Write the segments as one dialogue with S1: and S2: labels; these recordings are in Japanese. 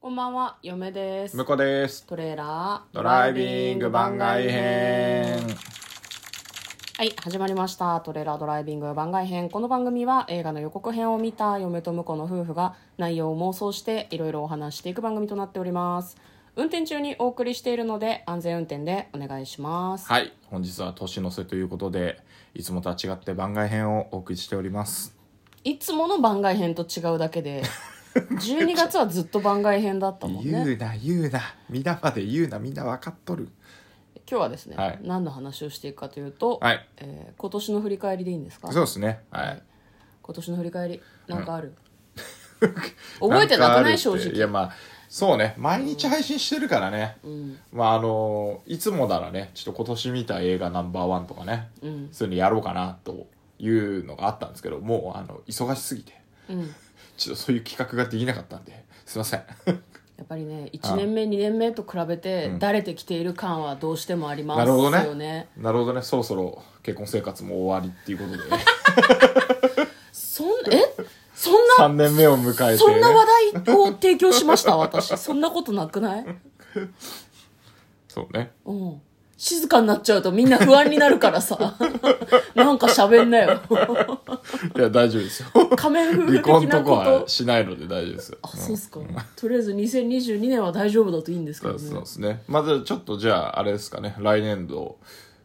S1: こんばんは、嫁です。
S2: 向こうです
S1: トレーラー
S2: ドライビング番外編
S1: はい、始まりました。トレーラードライビング番外編。この番組は映画の予告編を見た嫁と婿の夫婦が内容を妄想していろいろお話していく番組となっております。運転中にお送りしているので安全運転でお願いします。
S2: はい本日は年の瀬ということでいつもとは違って番外編をお送りしております
S1: いつもの番外編と違うだけ で、12月はずっと番外編だったもんね。
S2: 言うな言うな皆まで言うなみんな分かっとる
S1: 今日はですね、
S2: はい
S1: 何の話をしていくかというと、
S2: はい
S1: えー今年の振り返りでいいんですか
S2: そうですねはい
S1: 今年の振り返りなんかあ る、覚えてなく
S2: んかあ
S1: な
S2: る
S1: い
S2: って
S1: 正直
S2: いやまあそうね毎日配信してるからね、まああのいつもならねちょっと今年見た映画ナンバーワンとかね、
S1: うん
S2: そういうのやろうかなというのがあったんですけどもうあの忙しすぎて
S1: うん
S2: ちょっとそういう企画ができなかったんですいません
S1: やっぱりね1年目2年目と比べてだれてきている感はどうしてもあります
S2: なるほどね
S1: よね
S2: なるほどねそろそろ結婚生活も終わりっていうことで、ね、
S1: そんえそんな
S2: 3年目を迎えて、
S1: そん
S2: ね、
S1: な話題を提供しました私そんなことなくない、
S2: そうね
S1: うん、静かになっちゃうとみんな不安になるから さなんか喋んなよ
S2: いや大丈 夫ですよ
S1: 仮面夫婦
S2: 離婚
S1: 的な
S2: とか
S1: こ
S2: は
S1: と
S2: しないので大丈夫ですよ
S1: あそうっすか、とりあえず2022年は大丈夫だといいんですけ
S2: そ
S1: ど
S2: う
S1: ね
S2: そうですね。まずちょっとじゃあ、あれですかね、来年度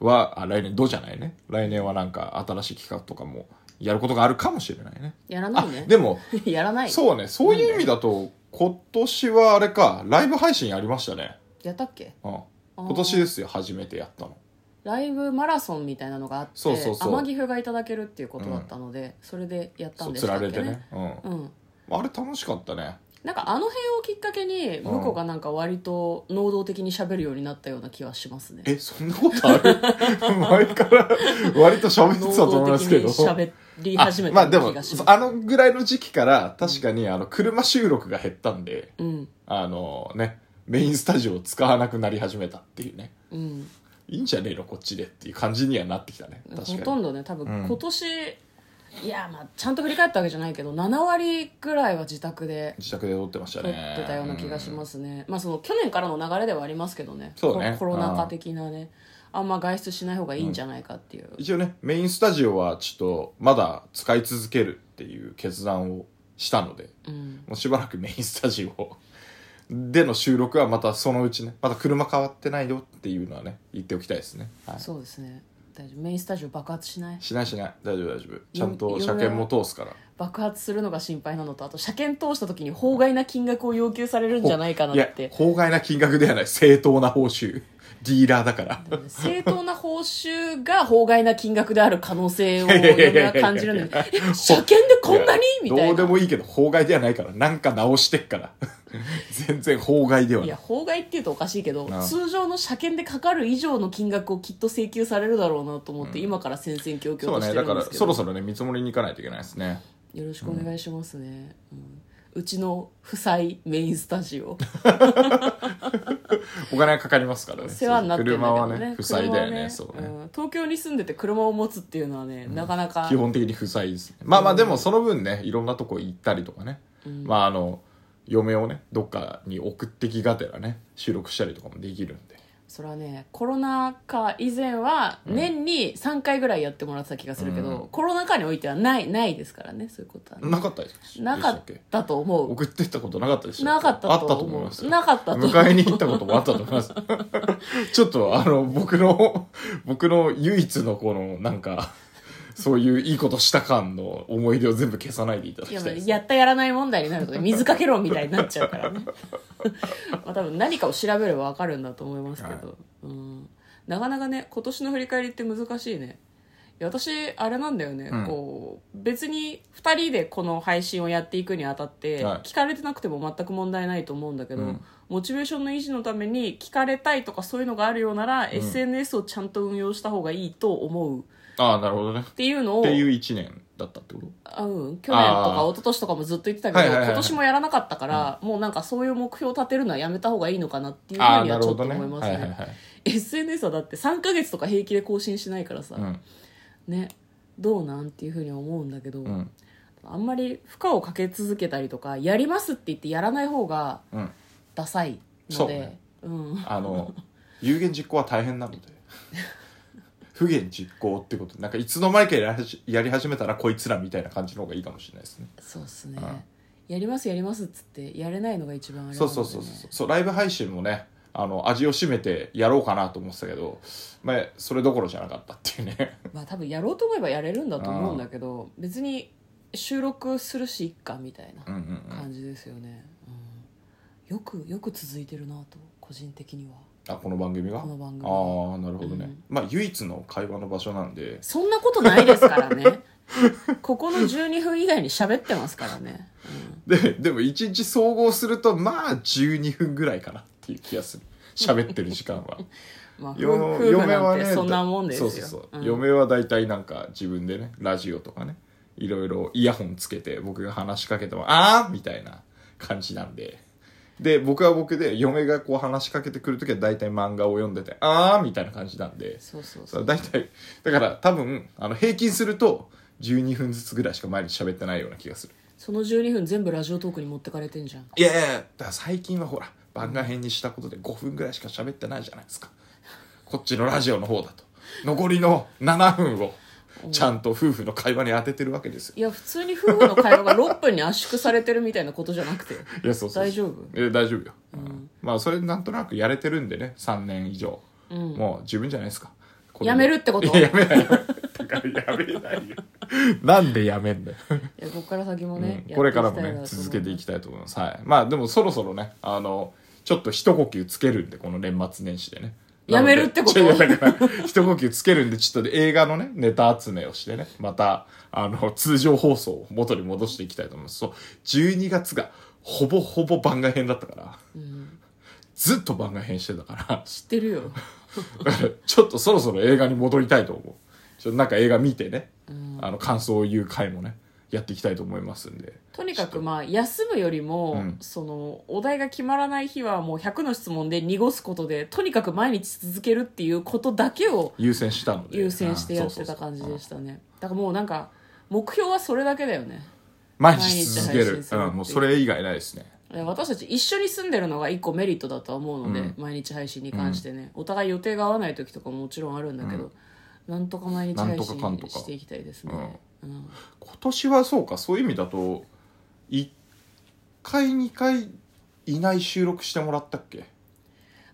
S2: は、あ、来年度じゃないね。来年はなんか新しい企画とかもやることがあるかもしれないね。
S1: やらな
S2: あ
S1: いね、
S2: でも、
S1: やらない
S2: そうね、そういう意味だと、今年はあれか、ライブ配信やりましたね。
S1: やったっけ
S2: うん。今年ですよ、初めてやったの。
S1: ライブマラソンみたいなのがあって
S2: そうそうそう
S1: 天城府がいただけるっていうことだったので、それでやったん
S2: そう、
S1: で
S2: つ
S1: した
S2: ら
S1: っけね
S2: れてね。う
S1: うん
S2: ん。あれ楽しかったね。
S1: なんかあの辺をきっかけに向こうがなんか割と能動的に喋るようになったような気はしますね、
S2: え、そんなことある 前から割と喋ってた
S1: 能
S2: と思い
S1: 動
S2: ま
S1: 的
S2: すけ
S1: に
S2: ど。
S1: 喋り始め
S2: あま
S1: た
S2: あで
S1: よう
S2: も
S1: な気がします、
S2: あのぐらいの時期から確かにあの車収録が減ったんで、
S1: うん
S2: あのねメインスタジオを使わなくなり始めたっていうね
S1: うん
S2: いいんじゃねえのこっちでっていう感じにはなってきたね確か
S1: ほ
S2: に
S1: とんどね多
S2: う
S1: 分
S2: ん
S1: 今年、いやまあちゃんと振り返ったわけじゃないけど7割ぐらいは自宅で
S2: 自宅で撮ってました
S1: 撮っ
S2: ね、
S1: てたような気がしますすね、まあその去年からの流れではありますけどね
S2: そうね
S1: コロコロナ禍的なねあんま外出しない方がいいんじゃないかっていう、
S2: うん一応ねメインスタジオはちょっとまだ使い続けるっていう決断をしたので
S1: うん
S2: もうしばらくメインスタジオでの収録はまたそのうちねまだ車変わってないよっていうのはね言っておきたいですね、はい、
S1: そうですね大丈夫メインスタジオ爆発しない
S2: しないしない大丈夫大丈夫ちゃんと車検も通すから
S1: 爆発するのが心配なのとあと車検通した時に法外な金額を要求されるんじゃないかなっ
S2: いや
S1: て
S2: 法外な金額ではない正当な報酬 ディーラーだから
S1: 正当な報酬が法外な金額である可能性を
S2: いやいやいやい
S1: 嫁
S2: や
S1: は感じるのでえ車検でこんなにみた
S2: や
S1: い
S2: どうで
S1: な
S2: もいいけど法外ではないからなんか直してっから 全然法外ではいな
S1: や
S2: い
S1: 法外っていうとおかしいけど
S2: うん
S1: 通常の車検でかかる以上の金額をきっと請求されるだろうなと思って、今から戦々恐々
S2: そ
S1: と
S2: う
S1: し
S2: ね
S1: て
S2: だ
S1: る
S2: か
S1: んで
S2: ら
S1: すけ
S2: そ
S1: ど、
S2: ろそろね見積もりに行かないといけないですね
S1: よろしくお願いしますね、うんうちの夫妻メインスタ ジオ
S2: お金がかかりますからね
S1: 世話になってるんだけ
S2: 車
S1: ど
S2: は
S1: ね
S2: ね負
S1: 車は
S2: 債だよねそうね、
S1: ん東京に住んでて車を持つっていうのはね、なかなか
S2: 基本的に負債ですねまあまあでもその分ねいろんなとこ行ったりとかね、まああの嫁をねどっかに送ってきがてらね収録したりとかもできるんで
S1: それはねコロナ禍以前は年に3回ぐらいやってもらってた気がするけど、コロナ禍においてはないないですからねそういうことはね、
S2: なかったです
S1: なかっ
S2: でしたけ
S1: たと思う
S2: 送ってったことなかったでしょ
S1: なかったと思う
S2: あったと思いますよ
S1: なかったと思う
S2: 迎えに行ったこともあったと思います ちょっとあの僕の 僕の唯一のこのなんかそういういいことした感の思い出を全部消さないでいた
S1: い
S2: だき
S1: や
S2: たいです
S1: やったやらない問題になるとね水かけろみたいになっちゃうからね まあ多分何かを調べればわかるんだと思いますけど、
S2: はい
S1: うん、なかなかね今年の振り返りって難しいねいや私あれなんだよね、
S2: うん
S1: こう別に2人でこの配信をやっていくにあたって、
S2: はい
S1: 聞かれてなくても全く問題ないと思うんだけど、
S2: うん
S1: モチベーションの維持のために聞かれたいとかそういうのがあるようなら、SNS をちゃんと運用した方がいいと思うっ
S2: ああなるほどね
S1: ていうのを
S2: っていう1年だったってこと
S1: あうん、去年とか
S2: あー
S1: 一昨年とかもずっと言ってたけど、
S2: はいはいはいはい
S1: 今年もやらなかったから、もうなんかそういう目標を立てるのはやめた方がいいのかなっていうふうにはちょっと思いま
S2: は
S1: す
S2: い
S1: ね
S2: はいはい、
S1: SNS はだって3ヶ月とか平気で更新しないからさ、
S2: うん
S1: ねどうなんっていうふうには思うんだけど、
S2: うん、
S1: あんまり負荷をかけ続けたりとかやりますって言ってやらない方が
S2: うん
S1: ダサい
S2: そ
S1: の
S2: う
S1: で
S2: ね
S1: うん、
S2: あの有言実行は大変なので不言実行ってことなんかいつの間にかやり始やり始めたらこいつらみたいな感じの方がいいかもしれないですね
S1: そうっすね
S2: うん
S1: やりますやりますっつってやれないのが一番あれなので、
S2: そうそうそうそうそうライブ配信もねあの味を占めてやろうかなと思ってたけど、まあ、それどころじゃなかったってい うね
S1: まあ多分やろうと思えばやれるんだと思うんだけど別に収録するしいっかみたいな
S2: うんうん、うん、
S1: 感じですよね、うんよくよく続いてるなと個人的には
S2: あこの番組が
S1: この番組
S2: ああなるほどね、
S1: うん
S2: まあ唯一の会話の場所なんで
S1: そんなことないですから ねここの12分以外に喋ってますからね、うん
S2: ででも一日総合するとまあ12分ぐらいかなっていう気がする喋ってる時間は
S1: まあ、夫
S2: よ
S1: 夫婦なんてそんなもんですよ
S2: そうそうそう、
S1: うん
S2: 嫁は大体なんか自分でねラジオとかねいろいろイヤホンつけて僕が話しかけても「ああ!」みたいな感じなんでで僕は僕で嫁がこう話しかけてくる時は大体漫画を読んでて「ああ!」みたいな感じなんで
S1: そうそうそ
S2: そう
S1: う
S2: 大体だから多分あの平均すると12分ずつぐらいしか毎日喋ってないような気がする
S1: その12分全部ラジオトークに持ってかれてんじゃん
S2: いやいやいやだから最近はほら番外編にしたことで5分ぐらいしか喋ってないじゃないですかこっちのラジオの方だと残りの7分をちゃんと夫婦の会話に当ててるわけですよ
S1: いや普通に夫婦の会話が6分に圧縮されてるみたいなことじゃなくて
S2: いやそうそう
S1: 大丈夫
S2: え大丈夫よ、うんまあそれなんとなくやれてるんでね3年以上、もう十分じゃないですかこれで
S1: やめるってこと
S2: いややめないやめないだからやめない よなんでやめんだよ
S1: いやここから先もね、
S2: うんこれからもね
S1: やっていきたいなと思います
S2: 続けていきたいと思いますはいまあでもそろそろねあのちょっと一呼吸つけるんでこの年末年始でね
S1: やめるってこと
S2: なのでちょいやだから一呼吸つけるんでちょっと映画のねネタ集めをしてねまたあの通常放送を元に戻していきたいと思いますそう12月がほぼほぼ番外編だったから、ずっと番外編してたから
S1: 知ってるよ
S2: だからちょっとそろそろ映画に戻りたいと思うちょっとなんか映画見てね、あの感想を言う回もねやっていきたいと思いますんで
S1: とにかくまあ休むよりも、
S2: うん
S1: そのお題が決まらない日はもう100の質問で濁すことでとにかく毎日続けるっていうことだけを
S2: 優先したので
S1: 優先してやってた感じ
S2: うんそうそうそうう
S1: で
S2: ん
S1: したねだからもうなんか目標はそれだけだよね
S2: 毎日続け
S1: 毎日配信
S2: る
S1: するっていう
S2: うん、もうそれ以外ないですね
S1: え私たち一緒に住んでるのが一個メリットだとは思うので、
S2: うん
S1: 毎日配信に関してね、お互い予定が合わない時とかももちろんあるんだけど、なんとか毎日配
S2: なんとかか
S1: 信
S2: んとか
S1: していきたいですね、うん
S2: 今年はそうかそういう意味だと1回2回いない収録してもらったっけ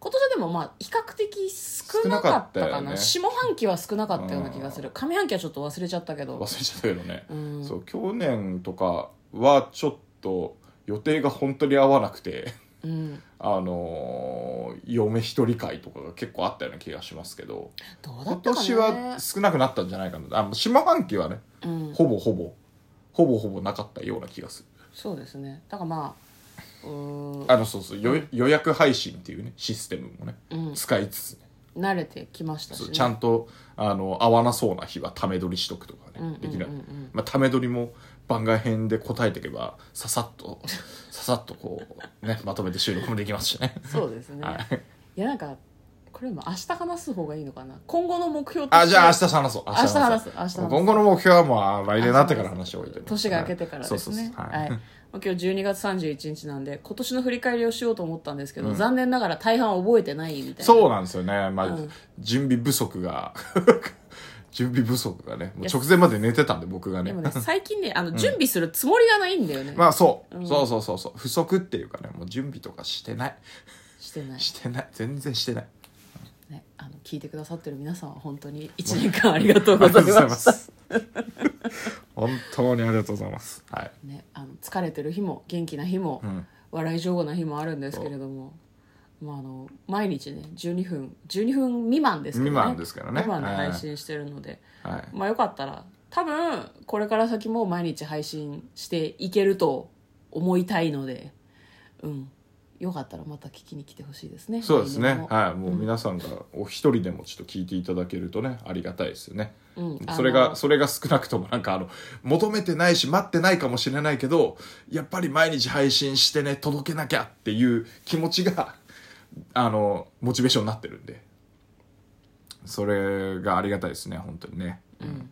S1: 今年はでもまあ比較的少なかったか
S2: 少なか
S1: な
S2: ったよね
S1: 下半期は少なかったような気がする上半期はちょっと忘れちゃったけ
S2: 忘れ
S1: ど、
S2: ちゃったけどね、
S1: うん、
S2: そう去年とかはちょっと予定が本当に合わなくて
S1: うん、
S2: あのー嫁一人会とかが結構あったような気がしますけど
S1: どうだ
S2: 今
S1: ったかね
S2: 年は少なくなったんじゃないかなあ下半期はね
S1: うん、
S2: ほぼほぼほぼほぼなかったような気がする
S1: そうですねだからまあうーん
S2: あのそうそうよ予約配信っていうねシステムもね、
S1: うん
S2: 使いつつ、ね
S1: 慣れてきましたし、
S2: そう
S1: ね、
S2: ちゃんとあの合わなそうな日はため撮りしとくとかね、
S1: うんうんうんうん
S2: できない、まあ、ため撮りも番外編で答えていけばささっとささっとこうね まとめて収録もできますし ね
S1: そうですね、
S2: はいい、
S1: やなんかこれも明日話す方がいいのかな今後の目標として
S2: あじゃあ明日話そう明
S1: 明日話す明日話す
S2: 今後の目標はもう来年になってから話した方がいいと思います
S1: 年が明けてからです
S2: はい
S1: ね
S2: そうそうそう
S1: は
S2: はいい、
S1: まあ今日12月31日なんで今年の振り返りをしようと思ったんですけど、残念ながら大半覚えてないみたいな
S2: そうなんですよね、まあ
S1: うん
S2: 準備不足が 準備不足がねもう直前まで寝てたんで僕が
S1: で
S2: ね
S1: もね最近ねあの準備するつもりがないんだよね、
S2: まあそう、そうそうそうそう不足っていうかねもう準備とかしてない
S1: してない、
S2: してない全然してない
S1: ね、あの聞いてくださってる皆さんは本当に1年間あり が とうござい
S2: ありがと
S1: ま
S2: うござい ますす本当にありがとうございますはい
S1: ね、あの疲れてる日も元気な日も、
S2: ん
S1: 笑い上手な日もあるんですけれども、まあ、あの毎日ね12分12分未満ですけどね
S2: 未満ですからね
S1: 未満で
S2: はい
S1: 配信してるので、
S2: はい
S1: まあよかったら多分これから先も毎日配信していけると思いたいのでうんよかったらまた聞きに来てほしいですね
S2: そうです
S1: 来年
S2: ね
S1: も
S2: はいもう皆さんがお一人でもちょっと聞いていただけるとねありがたいですよね
S1: うんあの
S2: それがそれが少なくともなんかあの求めてないし待ってないかもしれないけどやっぱり毎日配信してね届けなきゃっていう気持ちがあのモチベーションになってるんでそれがありがたいですね本当にね、うん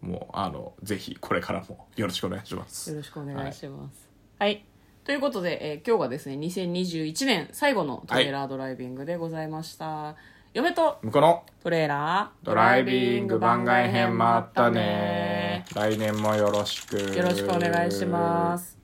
S2: もうあのぜひこれからもよろしくお願いします
S1: よろしくお願いします。はい。ということで、えー今日がですね、2021年最後のトレーラードライビングでございました。嫁と
S2: 向こうの
S1: トレーラー
S2: ドライビング番外編もあったね来年もよろしく
S1: よろしくお願いします。